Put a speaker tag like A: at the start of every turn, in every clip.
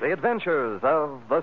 A: The Adventures of the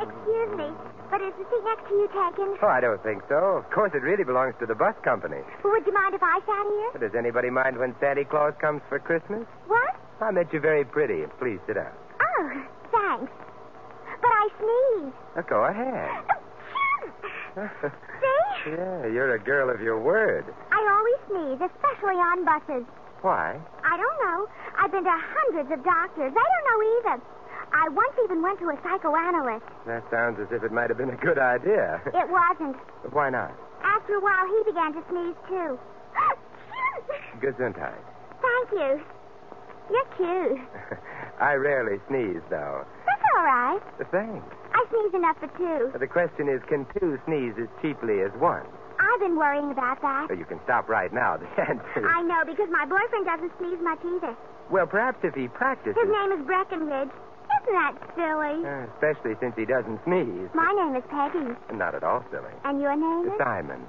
B: Excuse me, but is the seat next to you taken?
C: Oh, I don't think so. Of course, it really belongs to the bus company.
B: Would you mind if I sat here?
C: But does anybody mind when Santa Claus comes for Christmas?
B: What?
C: I met you very pretty. Please sit down.
B: Oh, thanks. But I sneezed.
C: Oh, go ahead.
B: Oh, See?
C: yeah, you're a girl of your word.
B: I always sneeze, especially on buses.
C: Why?
B: I don't know. I've been to hundreds of doctors. They don't know either. I once even went to a psychoanalyst.
C: That sounds as if it might have been a good idea.
B: It wasn't.
C: But Why not?
B: After a while, he began to sneeze, too.
C: Gesundheit.
B: Thank you. You're cute.
C: I rarely sneeze, though.
B: That's all right.
C: Thanks.
B: I sneeze enough for two.
C: But the question is, can two sneeze as cheaply as one?
B: I've been worrying about that.
C: Well, you can stop right now. The answer.
B: I know, because my boyfriend doesn't sneeze much either.
C: Well, perhaps if he practices,
B: His name is Breckenridge. Isn't that silly?
C: Uh, especially since he doesn't sneeze.
B: My name is Peggy,
C: Not at all silly.
B: and your name is
C: Simon.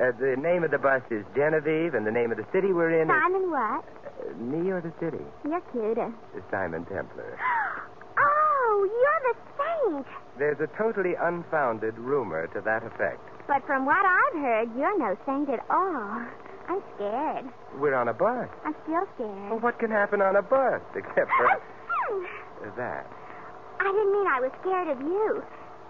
C: Uh, the name of the bus is Genevieve, and the name of the city we're in
B: Simon what?
C: is uh, me or the city.
B: You're cuter.
C: It's Simon Templar.
B: Oh, you're the saint.
C: There's a totally unfounded rumor to that effect.
B: But from what I've heard, you're no saint at all. I'm scared.
C: We're on a bus.
B: I'm still
C: Well,
B: scared.
C: what can happen on a bus except for
B: Achoo!
C: that?
B: I didn't mean I was scared of you.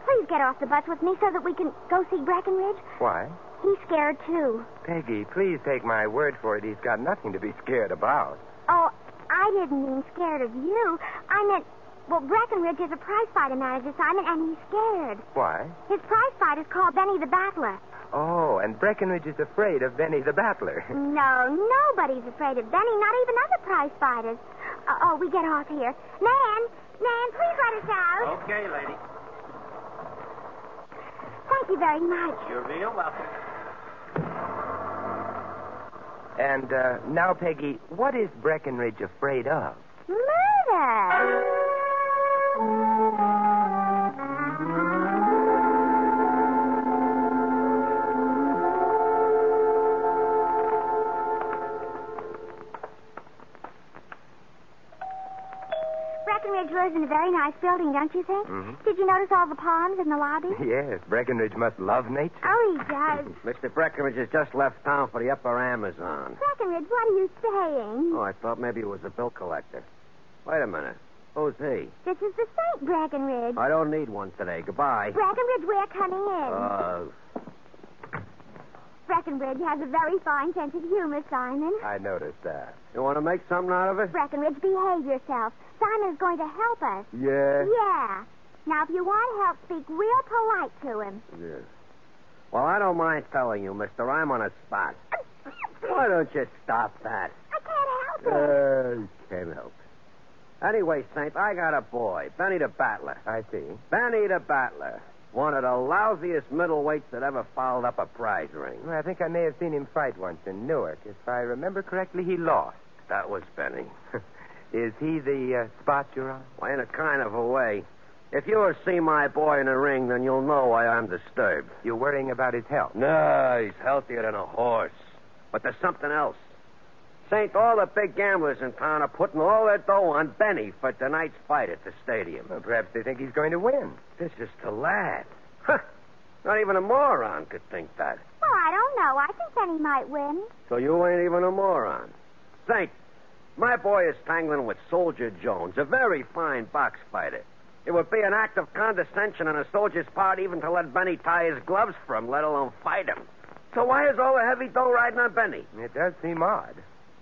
B: Please get off the bus with me so that we can go see Breckenridge.
C: Why?
B: He's scared too.
C: Peggy, please take my word for it. He's got nothing to be scared about.
B: Oh, I didn't mean scared of you. I meant, well, Breckenridge is a prize fighter manager, Simon, and he's scared.
C: Why?
B: His prize fight is called Benny the Battler.
C: Oh, and Breckenridge is afraid of Benny the Battler.
B: No, nobody's afraid of Benny, not even other prize fighters. Uh, oh, we get off here. Nan, Nan, please let us out.
D: Okay, lady.
B: Thank you very much.
D: You're real welcome.
C: And uh, now, Peggy, what is Breckenridge afraid of?
B: Murder! Breckenridge lives in a very nice building, don't you think? Did you notice all the palms in the lobby?
C: Yes, Breckenridge must love nature.
B: Oh, he does.
E: Mr. Ah! Breckenridge has just left town for the upper Amazon.
B: Breckenridge, what are you saying?
E: Oh, I thought maybe it was a bill collector. Wait a minute. Who's he?
B: This is the Saint
C: Oh.
B: Breckenridge.
E: I don't need one today. Goodbye.
B: Breckenridge, we're coming in.
C: Oh.
E: Uh,
B: Breckenridge has a very fine sense of humor, Simon.
C: I noticed that.
E: you want to make something out of it?
B: Breckenridge, behave yourself. Simon's going to help us.
E: Yeah.
B: Yeah. Now, if you want help, speak real polite to him.
E: Yeah. Well, I don't mind telling you, mister. I'm on a spot. Why don't you stop that?
B: I can't help it.
C: Uh, can't help. Anyway, Snape, I got a boy, Benny the Battler.
F: I see.
C: Benny the Battler. One of the lousiest middleweights that ever fouled up a prize ring.
F: Well, I think I may have seen him fight once in Newark. If I remember correctly, he lost.
C: That was Benny.
F: Is he the uh, spot you're on?
C: Well, in a kind of a way. If you ever see my boy in a ring, then you'll know why I'm disturbed.
F: You're worrying about his health.
C: No, he's healthier than a horse. But there's something else. Saint, all the big gamblers in town are putting all their dough on Benny for tonight's fight at the stadium.
F: Well, perhaps they think he's going to win.
C: This is the lad. Huh. Not even a moron could think that.
B: Well, I don't know. I think Benny might win.
C: So you ain't even a moron. Saint, my boy is tangling with Soldier Jones, a very fine box fighter. It would be an act of condescension on a soldier's part even to let Benny tie his gloves for him, let alone fight him. So why is all the heavy dough riding on Benny?
F: It does seem odd.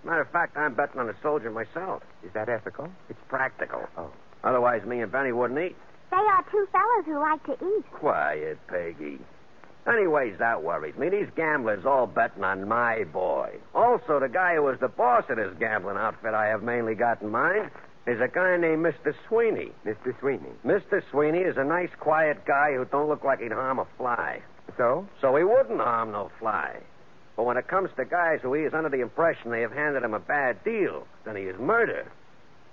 C: Matter of fact, I'm betting on a soldier myself.
F: Is that ethical?
C: It's practical.
F: Oh.
C: Otherwise, me and Benny wouldn't eat.
B: They are two fellows who like to eat.
C: Quiet, Peggy. Anyways, that worries me. These gamblers all betting on my boy. Also, the guy who was the boss of this gambling outfit I have mainly got in mind is a guy named Mr. Sweeney.
F: Mr. Sweeney.
C: Mr. Sweeney is a nice, quiet guy who don't look like he'd harm a fly.
F: So?
C: So he wouldn't harm no fly. But when it comes to guys who he is under the impression they have handed him a bad deal, then he is murder.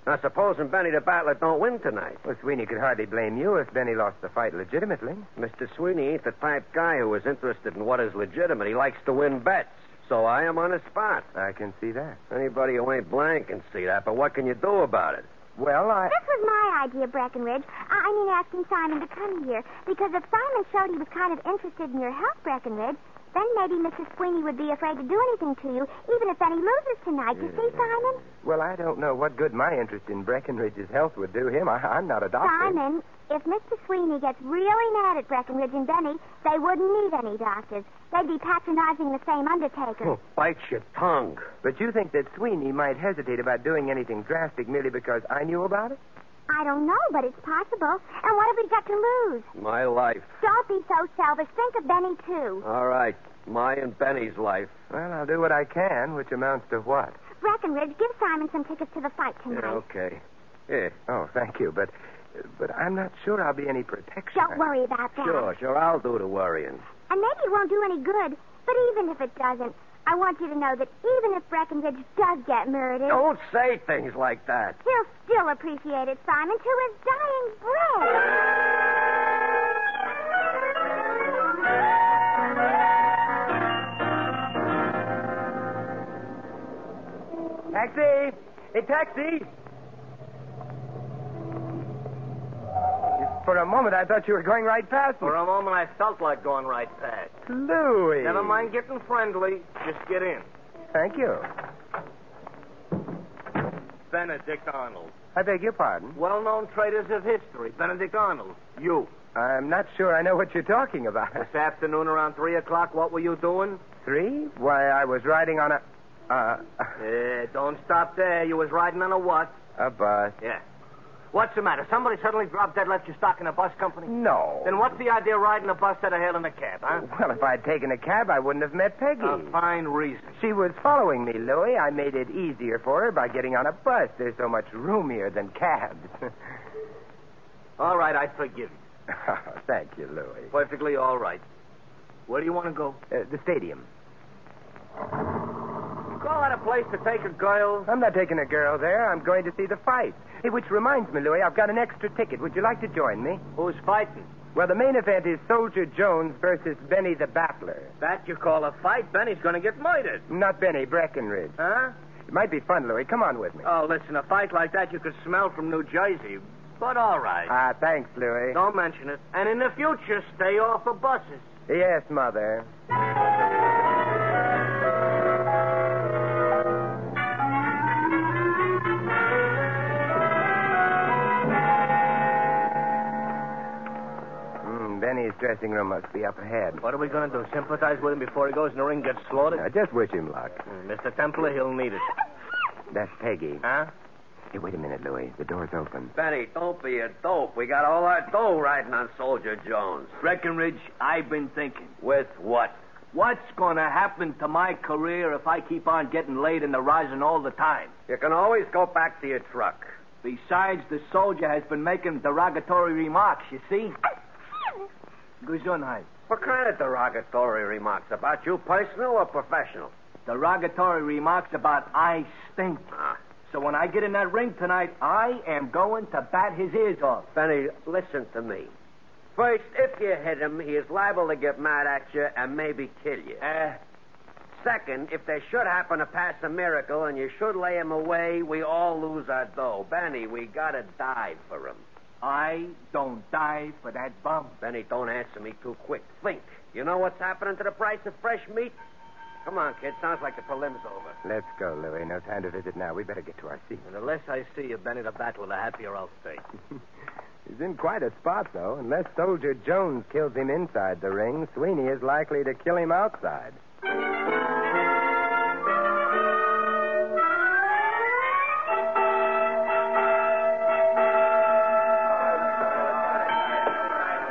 C: Now, supposing Benny the Battler don't win tonight.
F: Well, Sweeney could hardly blame you if Benny lost the fight legitimately.
C: Mr. Sweeney ain't the type guy who is interested in what is legitimate. He likes to win bets. So I am on the spot.
F: I can see that.
C: Anybody who ain't blind can see that, but what can you do about it?
F: Well, I.
B: This was my idea, Breckenridge. I, I mean, asking Simon to come here. Because if Simon showed he was kind of interested in your help, Breckenridge, then maybe Mrs. Sweeney would be afraid to do anything to you, even if Benny loses tonight. You see, Simon?
F: Well, I don't know what good my interest in Breckenridge's health would do him. I, I'm not a doctor.
B: Simon, if Mr. Sweeney gets really mad at Breckenridge and Benny, they wouldn't need any doctors. They'd be patronizing the same undertaker.
C: Bite your tongue.
F: But you think that Sweeney might hesitate about doing anything drastic merely because I knew about it?
B: I don't know, but it's possible. And what have we got to lose?
C: My life.
B: Don't be so selfish. Think of Benny, too.
C: All right. My and Benny's life.
F: Well, I'll do what I can, which amounts to what?
B: Breckenridge, give Simon some tickets to the fight tonight.
C: Yeah, okay. Here.
F: Oh, thank you, but but I'm not sure I'll be any protection.
B: Don't worry about that.
C: Sure, sure. I'll do the worrying.
B: And maybe it won't do any good. But even if it doesn't, I want you to know that even if Breckenridge does get murdered,
C: Don't say things like that.
B: he'll still appreciate it, Simon, to his dying breath.
F: Taxi! Hey, taxi! For a moment, I thought you were going right past me.
G: For a moment, I felt like going right past.
F: Louis.
G: Never mind getting friendly. Just get in.
F: Thank you.
G: Benedict Arnold.
F: I beg your pardon.
G: Well known traitors of history. Benedict Arnold. You.
F: I'm not sure I know what you're talking about.
G: This afternoon around 3 o'clock, what were you doing?
F: Three? Why, I was riding on a. Uh,
G: Eh, don't stop there. You was riding on a what?
F: a bus.
G: Yeah. What's the matter? Somebody suddenly dropped dead, left you stuck in a bus company?
F: No.
G: Then what's the idea of riding a bus that I hail in a cab, huh?
F: Well, if I'd taken a cab, I wouldn't have met Peggy.
G: A Uh, fine reason.
F: She was following me, Louis. I made it easier for her by getting on a bus. They're so much roomier than cabs.
G: All right, I forgive you.
F: Oh, Thank you, Louis.
G: Perfectly all right. Where do you want to go?
F: Uh, the stadium.
G: Call out a place to take a girl.
F: I'm not taking a girl there. I'm going to see the fight. Hey, which reminds me, Louis, I've got an extra ticket. Would you like to join me?
G: Who's fighting?
F: Well, the main event is Soldier Jones versus Benny the Battler.
G: That you call a fight? Benny's going to get murdered.
F: Not Benny, Breckenridge.
G: Huh?
F: It might be fun, Louis. Come on with me.
G: Oh, listen, a fight like that you could smell from New Jersey. But all right.
F: Ah, thanks, Louis.
G: Don't mention it. And in the future, stay off the buses.
F: Yes, Mother. Hmm, Benny's dressing room must be up ahead.
G: What are we going to do? Sympathize with him before he goes in the ring and gets slaughtered?
F: I just wish him luck.
G: Mm, Mr. Templer, he'll need it.
F: That's Peggy.
G: Huh?
F: Hey, wait a minute, Louis. The door's open.
C: Benny, don't be a dope. We got all our dough riding on Soldier Jones.
G: Breckenridge, I've been thinking.
C: With what? What's going to happen to my career if I keep on getting laid in the rosin all the time?
E: You can always go back to your truck.
C: Besides, the soldier has been making derogatory remarks, you see? Gesundheit.
E: What kind of derogatory remarks? About you personal or professional?
C: Derogatory remarks about I stink.
E: Ah.
C: So when I get in that ring tonight, I am going to bat his ears off.
E: Benny, listen to me. First, if you hit him, he is liable to get mad at you and maybe kill you.
C: Uh,
E: Second, if they should happen to pass a miracle and you should lay him away, we all lose our dough. Benny, we gotta dive for him.
C: I don't die for that bum.
E: Benny, don't answer me too quick. Think. You know what's happening to the price of fresh meat? Come on, kid. Sounds like the prelim's over.
F: Let's go, Louie. No time to visit now. We better get to our seat.
C: And the less I see you, Benny, the battle, the happier I'll stay.
F: He's in quite a spot, though. Unless Soldier Jones kills him inside the ring, Sweeney is likely to kill him outside.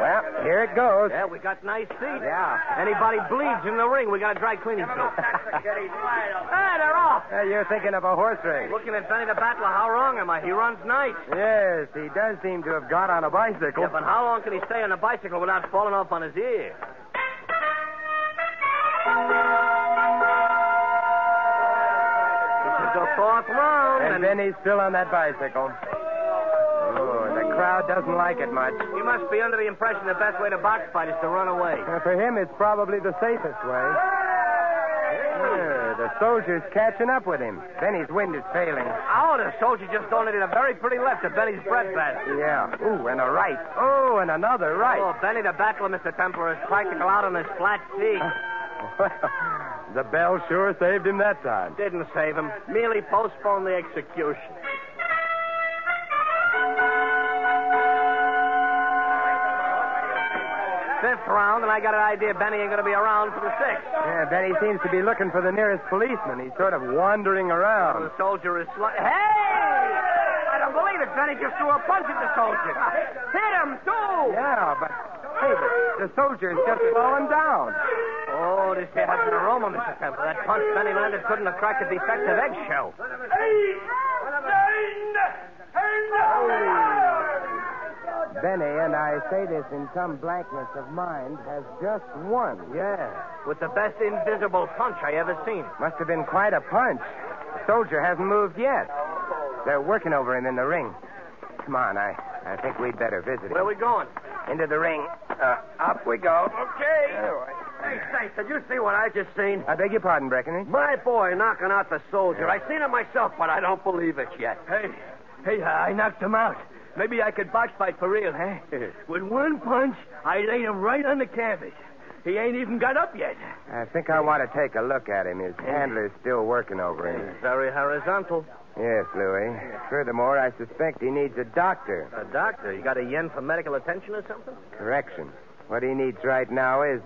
F: Well, here it goes.
C: Yeah, we got nice seats.
F: Yeah.
C: Anybody bleeds in the ring, we got a dry cleaning soap. hey, they're off.
F: Uh, you're thinking of a horse race.
C: Looking at Benny the Battler, how wrong am I? He runs nice.
F: Yes, he does seem to have got on a bicycle.
C: Yeah, but how long can he stay on a bicycle without falling off on his ear? This is the fourth round,
F: And then he's still on that bicycle. Oh, the crowd doesn't like it much.
C: you must be under the impression the best way to box fight is to run away.
F: Uh, for him, it's probably the safest way. Yeah, the soldier's catching up with him. Benny's wind is failing.
C: Oh, the soldier just donated a very pretty left to Benny's breadbasket.
F: Yeah. Ooh, and a right. Oh, and another
C: Oh,
F: right.
C: Benny the Battler, Mr. Templar, is practical out on his flat feet.
F: Uh, the bell sure saved him that time.
C: Didn't save him. Merely postponed the execution. Fifth round, and I got an idea Benny ain't going to be around for the sixth.
F: Yeah, Benny seems to be looking for the nearest policeman. He's sort of wandering around.
C: The soldier is sli- Hey! I don't believe it. Benny just threw a punch at the soldier. Hit him, too!
F: Yeah, but hey, the, the soldier's just fallen down.
C: Oh, this here has an aroma, Mr. Temple. That punch Benny landed couldn't have cracked a defective eggshell.
F: Benny, and I say this in some blankness of mind, has just won. Yeah.
C: With the best invisible punch I ever seen.
F: Must have been quite a punch. The soldier hasn't moved yet. They're working over him in the ring. Come on, I, I think we'd better visit
C: Where
F: him.
C: we going?
F: Into the ring. Uh, up we go.
E: Okay. Hey, Saint, did you see what I just seen?
F: I beg your pardon, Breckenridge.
E: Uh, My boy knocking out the soldier. I seen it myself, but I don't believe it yet.
C: Hey, hey, uh, I knocked him out. Maybe I could box fight for real, huh? With one punch, I laid him right on the canvas. He ain't even got up yet.
F: I think I want to take a look at him. His handler's still working over him.
C: Very horizontal.
F: Yes, Louis. Furthermore, I suspect he needs a doctor.
C: A doctor, you got a yen for medical attention or something?
F: Correction. What he needs right now is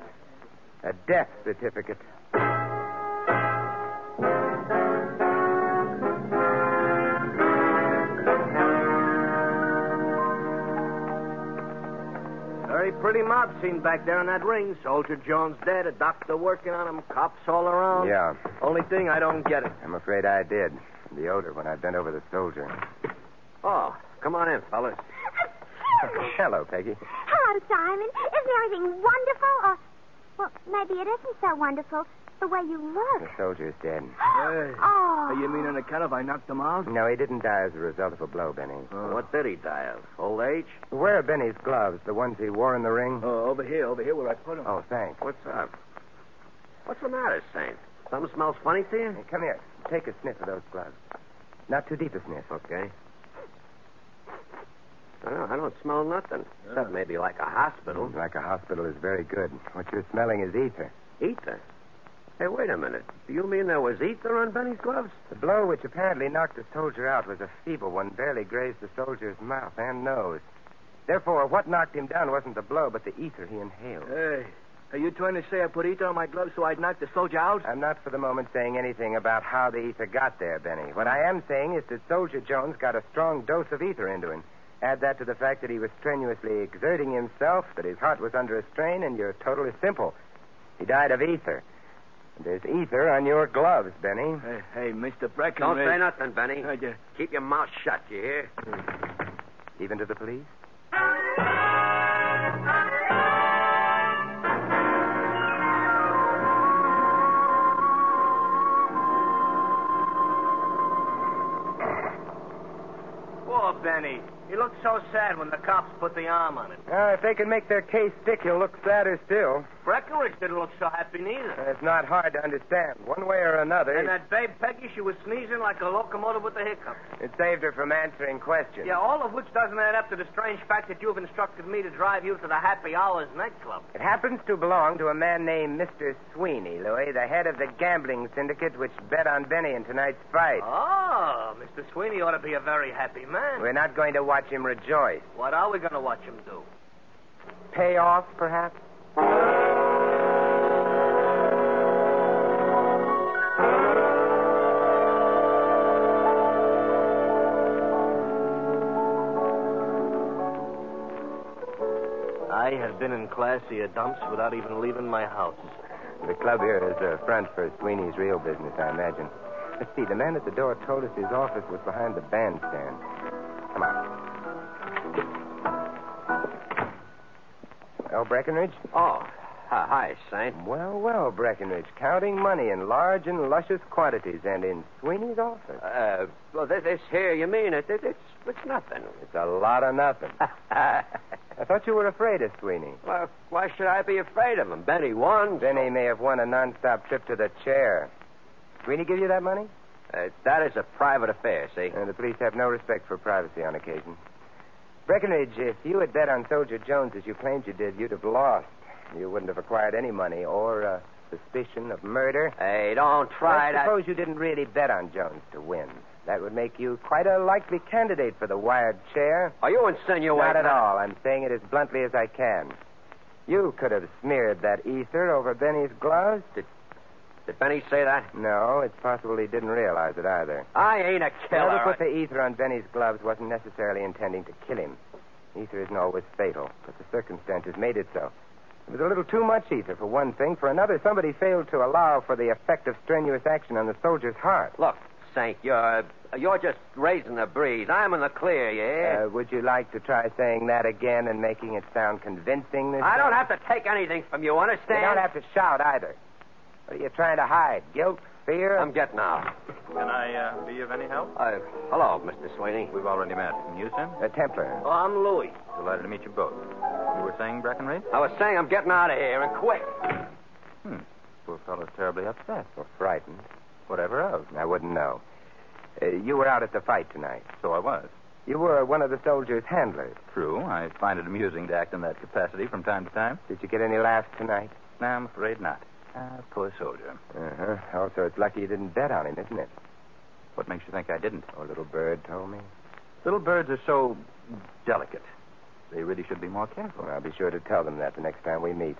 F: a death certificate.
C: Very pretty mob scene back there in that ring. Soldier Jones dead, a doctor working on him, cops all around.
F: Yeah,
C: Only thing, I don't get it.
F: I'm afraid I did. The odor when I bent over the soldier.
E: Oh, come on in, fellas.
F: Hello, Peggy.
B: Hello, Simon. Isn't everything wonderful? Or, well, maybe it isn't so wonderful the way you
F: The
B: look.
F: soldier's dead.
B: Oh.
C: You mean on account of I knocked him out?
F: No, he didn't die as a result of a blow, Benny.
C: Uh-huh.
E: What did he die of? Old age?
F: Where are Benny's gloves? The ones he wore in the ring?
C: Oh, over here, over here where I put him.
F: Oh, thanks.
E: What's up? What's the matter, Saint? Something smells funny to you?
F: Hey, come here. Take a sniff of those gloves. Not too deep a sniff.
E: Okay. I don't, I don't smell nothing. Except maybe like a hospital.
F: Like a hospital is very good. What you're smelling is ether.
E: Ether? Hey, wait a minute. Do you mean there was ether on Benny's gloves?
F: The blow which apparently knocked the soldier out was a feeble one, barely grazed the soldier's mouth and nose. Therefore, what knocked him down wasn't the blow, but the ether he inhaled.
C: Hey, are you trying to say I put ether on my gloves so I'd knock the soldier out?
F: I'm not for the moment saying anything about how the ether got there, Benny. What I am saying is that Soldier Jones got a strong dose of ether into him. Add that to the fact that he was strenuously exerting himself, that his heart was under a strain, and your total is simple. He died of ether. There's ether on your gloves, Benny.
C: Hey, hey, Mr. Breckenridge.
E: Don't say nothing, Benny.
C: I just-
E: Keep your mouth shut, you hear?
F: Even to the police?
C: Poor Benny. He looked so sad when the cops put the arm on him.
F: Well, Uh, if they can make their case stick, he'll look sadder still.
C: Breckenridge didn't look so happy neither.
F: And it's not hard to understand. One way or another,
C: And that babe Peggy, she was sneezing like a locomotive with the hiccups.
F: it saved her from answering questions.
C: Yeah, all of which doesn't add up to the strange fact that you've instructed me to drive you to the Happy Hours nightclub.
F: It happens to belong to a man named Mr. Sweeney, Louis, the head of the gambling syndicate which bet on Benny in tonight's fight.
C: Oh, Mr. Sweeney ought to be a very happy man.
F: We're not going to watch him rejoice.
C: What are we going to watch him do?
F: Pay off, perhaps?
C: I have been in classier dumps without even leaving my house.
F: The club here is a front for Sweeney's real business, I imagine. Let's see, the man at the door told us his office was behind the bandstand. Come on. Well, Breckenridge?
E: Oh, hi, Saint.
F: Well, well, Breckenridge, counting money in large and luscious quantities and in Sweeney's office.
E: Uh, well, this, this here, you mean it? it it's, it's nothing.
F: It's a lot of nothing. I thought you were afraid of Sweeney.
E: well, why should I be afraid of him? Benny won.
F: Benny may have won a nonstop trip to the chair. Sweeney give you that money?
E: Uh, that is a private affair, see?
F: And the police have no respect for privacy on occasion. Breckenridge, if you had bet on Soldier Jones as you claimed you did, you'd have lost. You wouldn't have acquired any money or uh, suspicion of murder.
E: Hey, don't try
F: I
E: that.
F: suppose you didn't really bet on Jones to win. That would make you quite a likely candidate for the wired chair.
E: Are you insinuating?
F: Not at all. I'm saying it as bluntly as I can. You could have smeared that ether over Benny's gloves.
E: Did Benny say that?
F: No, it's possible he didn't realize it either.
E: I ain't a killer.
F: Whoever put the ether on Benny's gloves wasn't necessarily intending to kill him. Ether isn't always fatal, but the circumstances made it so. It was a little too much ether, for one thing. For another, somebody failed to allow for the effect of strenuous action on the soldier's heart.
E: Look, Saint, you're you're just raising the breeze. I'm in the clear, you hear?
F: Uh, would you like to try saying that again and making it sound convincing this
E: I
F: time?
E: don't have to take anything from you.
F: Uh, You
E: Understand?
F: don't have to shout either. What are you trying to hide? Guilt? Fear?
E: I'm getting out.
H: Can I uh, be of any help?
E: Uh, hello, Mr. Sweeney.
H: We've already met. And you, sir?
F: a Templar.
C: Oh, I'm Louis.
H: Delighted to meet you both. You were saying, Breckenridge?
E: I was saying I'm getting out of here and quick.
H: Poor fellow's terribly upset.
F: Or frightened.
H: Whatever else.
F: I wouldn't know. Uh, you were out at the fight tonight.
H: So I was.
F: You were one of the soldiers' handlers.
H: True. I find it amusing to act in that capacity from time to time.
F: Did you get any laughs tonight?
H: No, I'm afraid not. Ah, poor soldier.
F: Uh huh. Also, it's lucky you didn't bet on him, isn't it?
H: What makes you think I didn't?
F: Oh, little bird told me.
H: Little birds are so delicate. They really should be more careful.
F: Well, I'll be sure to tell them that the next time we meet.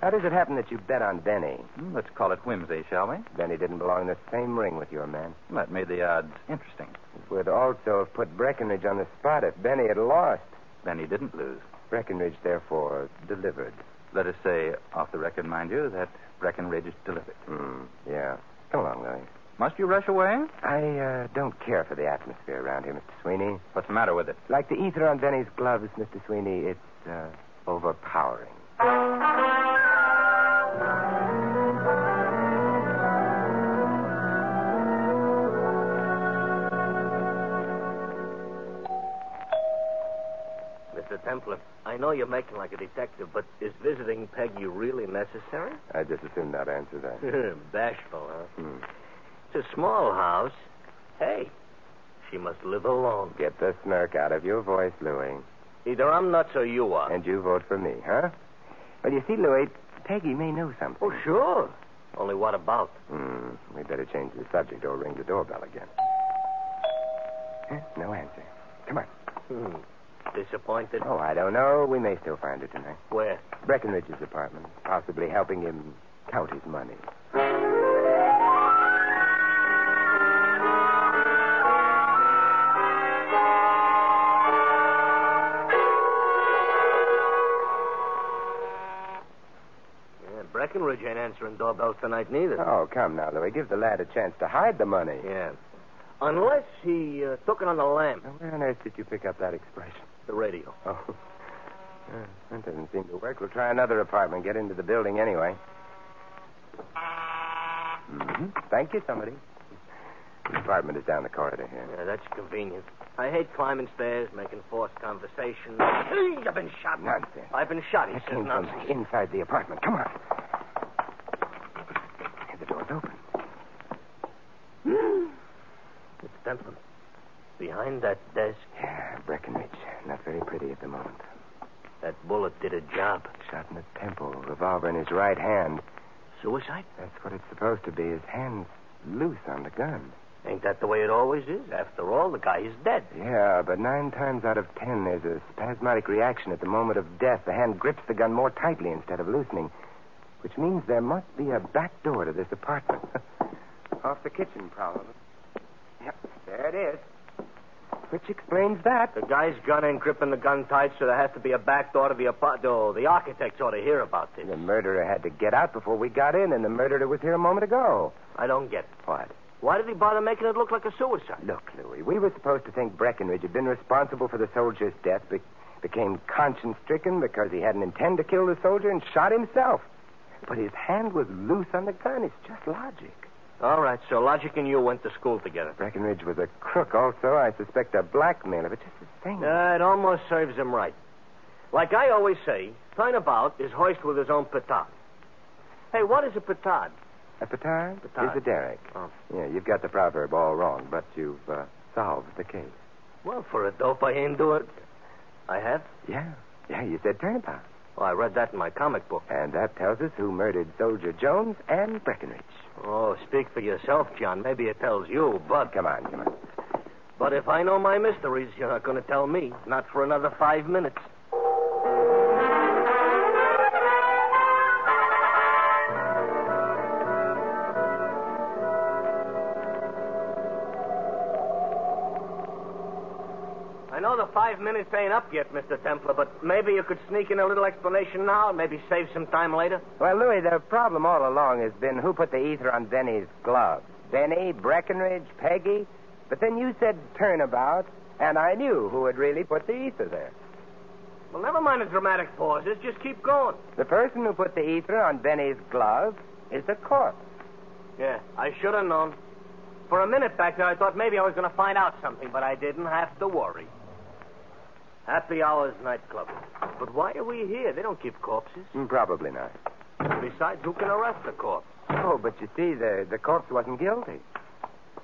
F: How does it happen that you bet on Benny?
H: Hmm, Let's call it whimsy, shall we?
F: Benny didn't belong in the same ring with your man.
H: That made the odds interesting.
F: It would also have put Breckenridge on the spot if Benny had lost.
H: Then he didn't lose.
F: Breckenridge, therefore, delivered.
H: Let us say, off the record, mind you, that Breckenridge delivered.
F: Hmm. Yeah. Come along, Louis.
H: Must you rush away?
F: I uh, don't care for the atmosphere around here, Mr. Sweeney.
H: What's the matter with it?
F: Like the ether on Benny's gloves, Mr. Sweeney, it's uh, overpowering.
C: Mr. Templar, I know you're making like a detective, but is visiting Peggy really necessary?
F: I just assumed not answer that.
C: Bashful, huh?
F: Hmm.
C: It's a small house. Hey, she must live alone.
F: Get the smirk out of your voice, Louis.
C: Either I'm nuts or you are.
F: And you vote for me, huh? Well, you see, Louis, Peggy may know something.
C: Oh, sure. Only what about?
F: Hmm. We better change the subject or ring the doorbell again. Huh? No answer. Come on.
C: Hmm. Disappointed?
F: Oh, I don't know. We may still find her tonight.
C: Where?
F: Breckenridge's apartment, possibly helping him count his money.
C: Yeah, Breckenridge Breckenridge ain't answering doorbells tonight neither.
F: Oh, come now, Louis. Give the lad a chance to hide the money.
C: Yeah. Unless he uh, took it on the lamp,
F: Now, where on earth did you pick up that expression?
C: the radio.
F: Oh. Uh, That doesn't seem to work. We'll try another apartment. Get into the building anyway.
C: Mm-hmm.
F: Thank you, somebody. The apartment is down the corridor here.
C: Yeah, that's convenient. I hate climbing stairs, making forced conversation. Hey, I've been shot.
F: Nonsense.
C: I've been shot, he
F: That
C: says
F: came from
C: nonsense.
F: inside the apartment. Come on. Hey, The door's open.
C: It's Bentham. Behind that desk,
F: Yeah, Breckenridge. Not very pretty at the moment.
C: that bullet did a job.
F: Shot in the temple, revolver in his right hand.
C: Suicide?
F: That's what it's supposed to be. His hand's loose on the gun.
C: Ain't that the way it always is? After all, the guy is dead.
F: Yeah, but nine times out of ten, there's a spasmodic reaction at the moment of death. The hand grips the gun more tightly instead of loosening, which means there must be a back door to this apartment. Off the kitchen, probably. Yep, there it is. Which explains that.
C: The guy's gun ain't gripping the gun tight, so there has to be a back door to the apartment. Oh, the architects ought to hear about this.
F: The murderer had to get out before we got in, and the murderer was here a moment ago.
C: I don't get it.
F: What?
C: Why did he bother making it look like a suicide?
F: Look, Louis, we were supposed to think Breckenridge had been responsible for the soldier's death, but became conscience stricken because he hadn't intended to kill the soldier and shot himself. But his hand was loose on the gun. It's just logic.
C: All right, so Logic and you went to school together.
F: Breckenridge was a crook, also. I suspect a blackmailer, but just the same.
C: Uh, it almost serves him right. Like I always say, Turnabout is hoist with his own petard. Hey, what is a petard?
F: a petard?
C: Petard.
F: Is a derrick.
C: Oh.
F: Yeah, you've got the proverb all wrong, but you've uh, solved the case.
C: Well, for a dope, I ain't do it. I have?
F: Yeah. Yeah, you said turnabout.
C: Oh, I read that in my comic book.
F: And that tells us who murdered Soldier Jones and Breckenridge.
C: Oh, speak for yourself, John. Maybe it tells you, but
F: Come on, come on.
C: but if I know my mysteries, you're not going to tell me. Not for another five minutes. I know the five minutes ain't up yet, Mr. Templar, but maybe you could sneak in a little explanation now and maybe save some time later.
F: Well, Louis, the problem all along has been who put the ether on Benny's glove. Benny, Breckenridge, Peggy. But then you said turnabout, and I knew who had really put the ether there.
C: Well, never mind the dramatic pauses. Just keep going.
F: The person who put the ether on Benny's glove is the corpse.
C: Yeah, I should have known. For a minute back there, I thought maybe I was going to find out something, but I didn't have to worry. Happy Hours nightclub. But why are we here? They don't keep corpses.
F: Hmm, Probably not.
C: Besides, who can arrest a corpse?
F: Oh, but you see, the, the corpse wasn't guilty.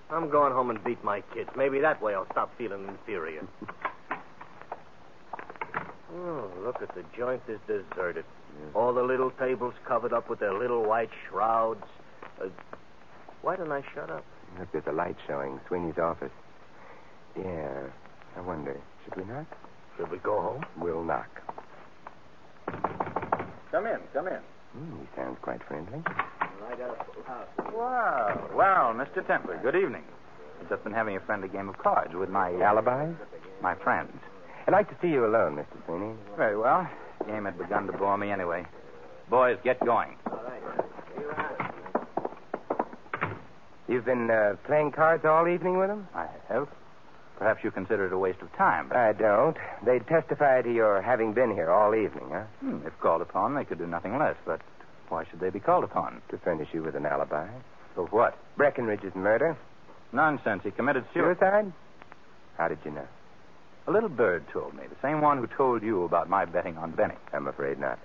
C: I'm going home and beat my kids. Maybe that way I'll stop feeling inferior. Oh, look at the joint is deserted. All the little tables covered up with their little white shrouds. Uh, why didn't I shut up?
F: Look, there's a light showing Sweeney's office. Yeah, I wonder. Should we knock?
C: Should we go home?
F: We'll knock.
H: Come in, come in.
F: Hmm, he sounds quite friendly.
H: Well, well, Mr. Templer, good evening. I've just been having a friendly game of cards with my
F: Alibis?
H: my friends.
F: I'd like to see you alone, Mr. Sweeney.
H: Very well. The game had begun to bore me anyway. Boys, get going.
F: You've been uh, playing cards all evening with him?
H: I have. Perhaps you consider it a waste of time, but
F: I don't. They testify to your having been here all evening, huh?
H: hmm, if called upon, they could do nothing less. But why should they be called upon?
F: To furnish you with an alibi.
H: For what?
F: Breckenridge's murder.
H: Nonsense. He committed suicide.
F: Suicide? How did you know?
H: A little bird told me, the same one who told you about my betting on Benny.
F: I'm afraid not.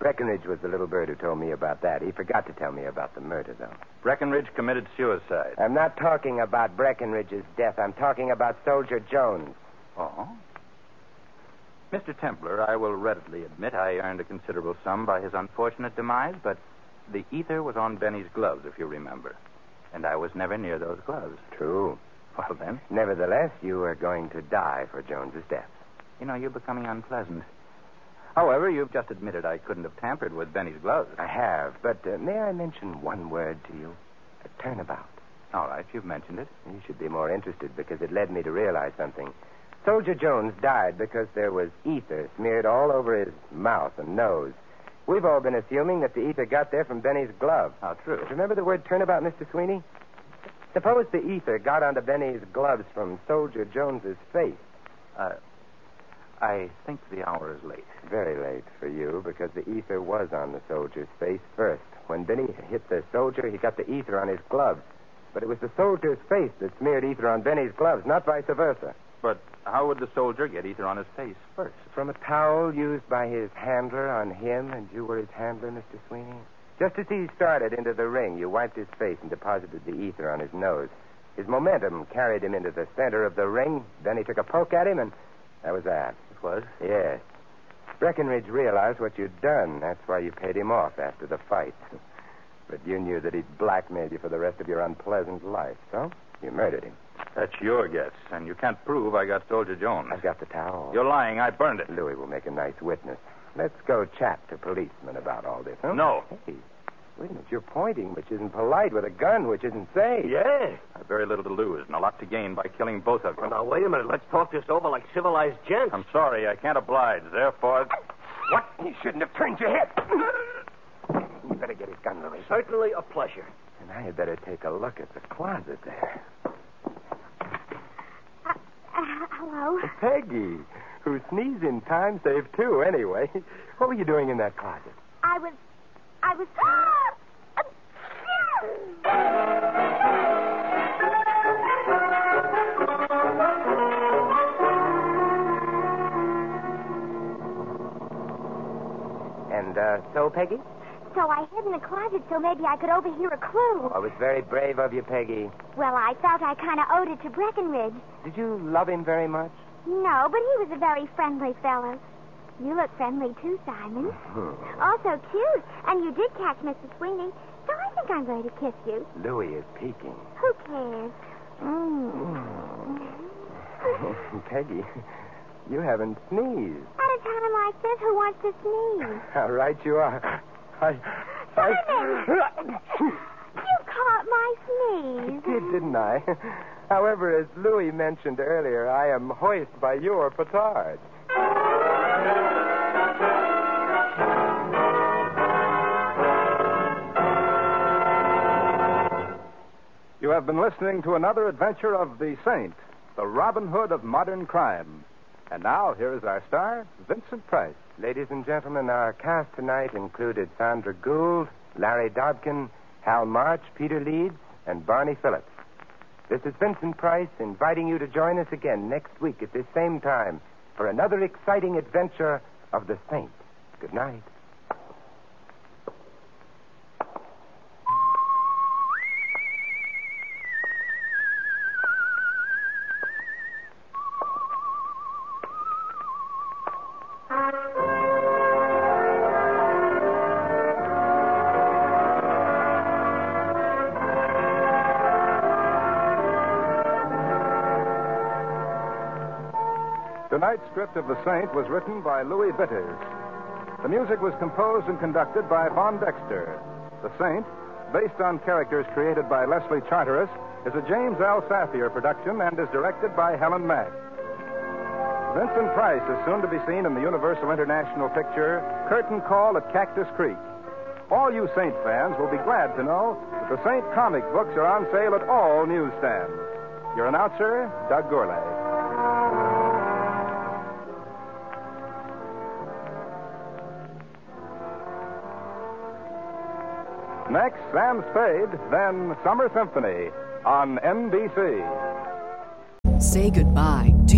F: Breckenridge was the little bird who told me about that. He forgot to tell me about the murder, though.
H: Breckenridge committed suicide.
F: I'm not talking about Breckenridge's death. I'm talking about Soldier Jones.
H: Oh? Mr. Templar, I will readily admit I earned a considerable sum by his unfortunate demise, but the ether was on Benny's gloves, if you remember. And I was never near those gloves.
F: True.
H: Well, then,
F: Nevertheless, you were going to die for Jones's death.
H: you know, you're becoming unpleasant. However, you've just admitted I couldn't have tampered with Benny's gloves.
F: I have, but uh, may I mention one word to you? A turnabout.
H: All right, you've mentioned it.
F: You should be more interested because it led me to realize something. Soldier Jones died because there was ether smeared all over his mouth and nose, We've all been assuming that the ether got there from Benny's glove.
H: How true.
F: But remember the word turnabout, Mr. Sweeney? Suppose the ether got onto Benny's gloves from Soldier Jones's face.
H: Uh, I think the hour is late.
F: Very late for you, because the ether was on the soldier's face first. When Benny hit the soldier, he got the ether on his gloves. But it was the soldier's face that smeared ether on Benny's gloves, not vice versa.
H: But how would the soldier get ether on his face first?
F: From a towel used by his handler on him, and you were his handler, Mr. Sweeney? Just as he started into the ring, you wiped his face and deposited the ether on his nose. His momentum carried him into the center of the ring. Then he took a poke at him, and that was that.
H: It was.
F: Yes. Breckenridge realized what you'd done. That's why you paid him off after the fight. But you knew that he'd blackmailed you for the rest of your unpleasant life, so you murdered him.
H: That's your guess, and you can't prove I got Soldier Jones.
F: I've got the towel.
H: You're lying. I burned it.
F: Louis will make a nice witness. Let's go chat to policemen about all this, huh?
H: No.
F: Hey, wait a minute. You're pointing, which isn't polite, with a gun, which isn't safe.
C: Yes.
H: I've very little to lose and a lot to gain by killing both of you.
C: Well, now, wait a minute. Let's talk this over like civilized gents.
H: I'm sorry, I can't oblige. Therefore,
F: What? You shouldn't have turned your head. you better get his gun, Louis.
C: Certainly a pleasure.
F: And I had better take a look at the closet there.
B: Uh, uh, hello?
F: Peggy, who sneezed in time saved two, anyway. What were you doing in that closet?
B: I was. I was.
F: And uh, so, Peggy?
B: So I hid in the closet so maybe I could overhear a clue.
F: I was very brave of you, Peggy.
B: Well, I felt I kind of owed it to Breckenridge.
F: Did you love him very much?
B: No, but he was a very friendly fellow. You look friendly too, Simon. Also cute. And you did catch Mrs. Sweeney. So I think I'm going to kiss you.
F: Louis is peeking.
B: Who cares? Mm.
F: Peggy, you haven't sneezed.
B: At a time like this, who wants to sneeze?
F: How right you are. I.
B: Simon! you caught my sneeze.
F: did, didn't I? However, as Louis mentioned earlier, I am hoist by your petard.
A: You have been listening to another adventure of the Saint, the Robin Hood of modern crime. And now, here is our star, Vincent Price.
F: Ladies and gentlemen, our cast tonight included Sandra Gould, Larry Dodkin, Hal March, Peter Leeds, and Barney Phillips. This is Vincent Price inviting you to join us again next week at this same time for another exciting adventure of the Saint. Good night.
A: Tonight's script of The Saint was written by Louis Bitters. The music was composed and conducted by Von Dexter. The Saint, based on characters created by Leslie Charteris, is a James L. Safier production and is directed by Helen Mack. Vincent Price is soon to be seen in the Universal International picture Curtain Call at Cactus Creek. All you Saint fans will be glad to know that the Saint comic books are on sale at all newsstands. Your announcer, Doug Gourlay. Next, Sam Spade, then Summer Symphony on NBC.
I: Say goodbye to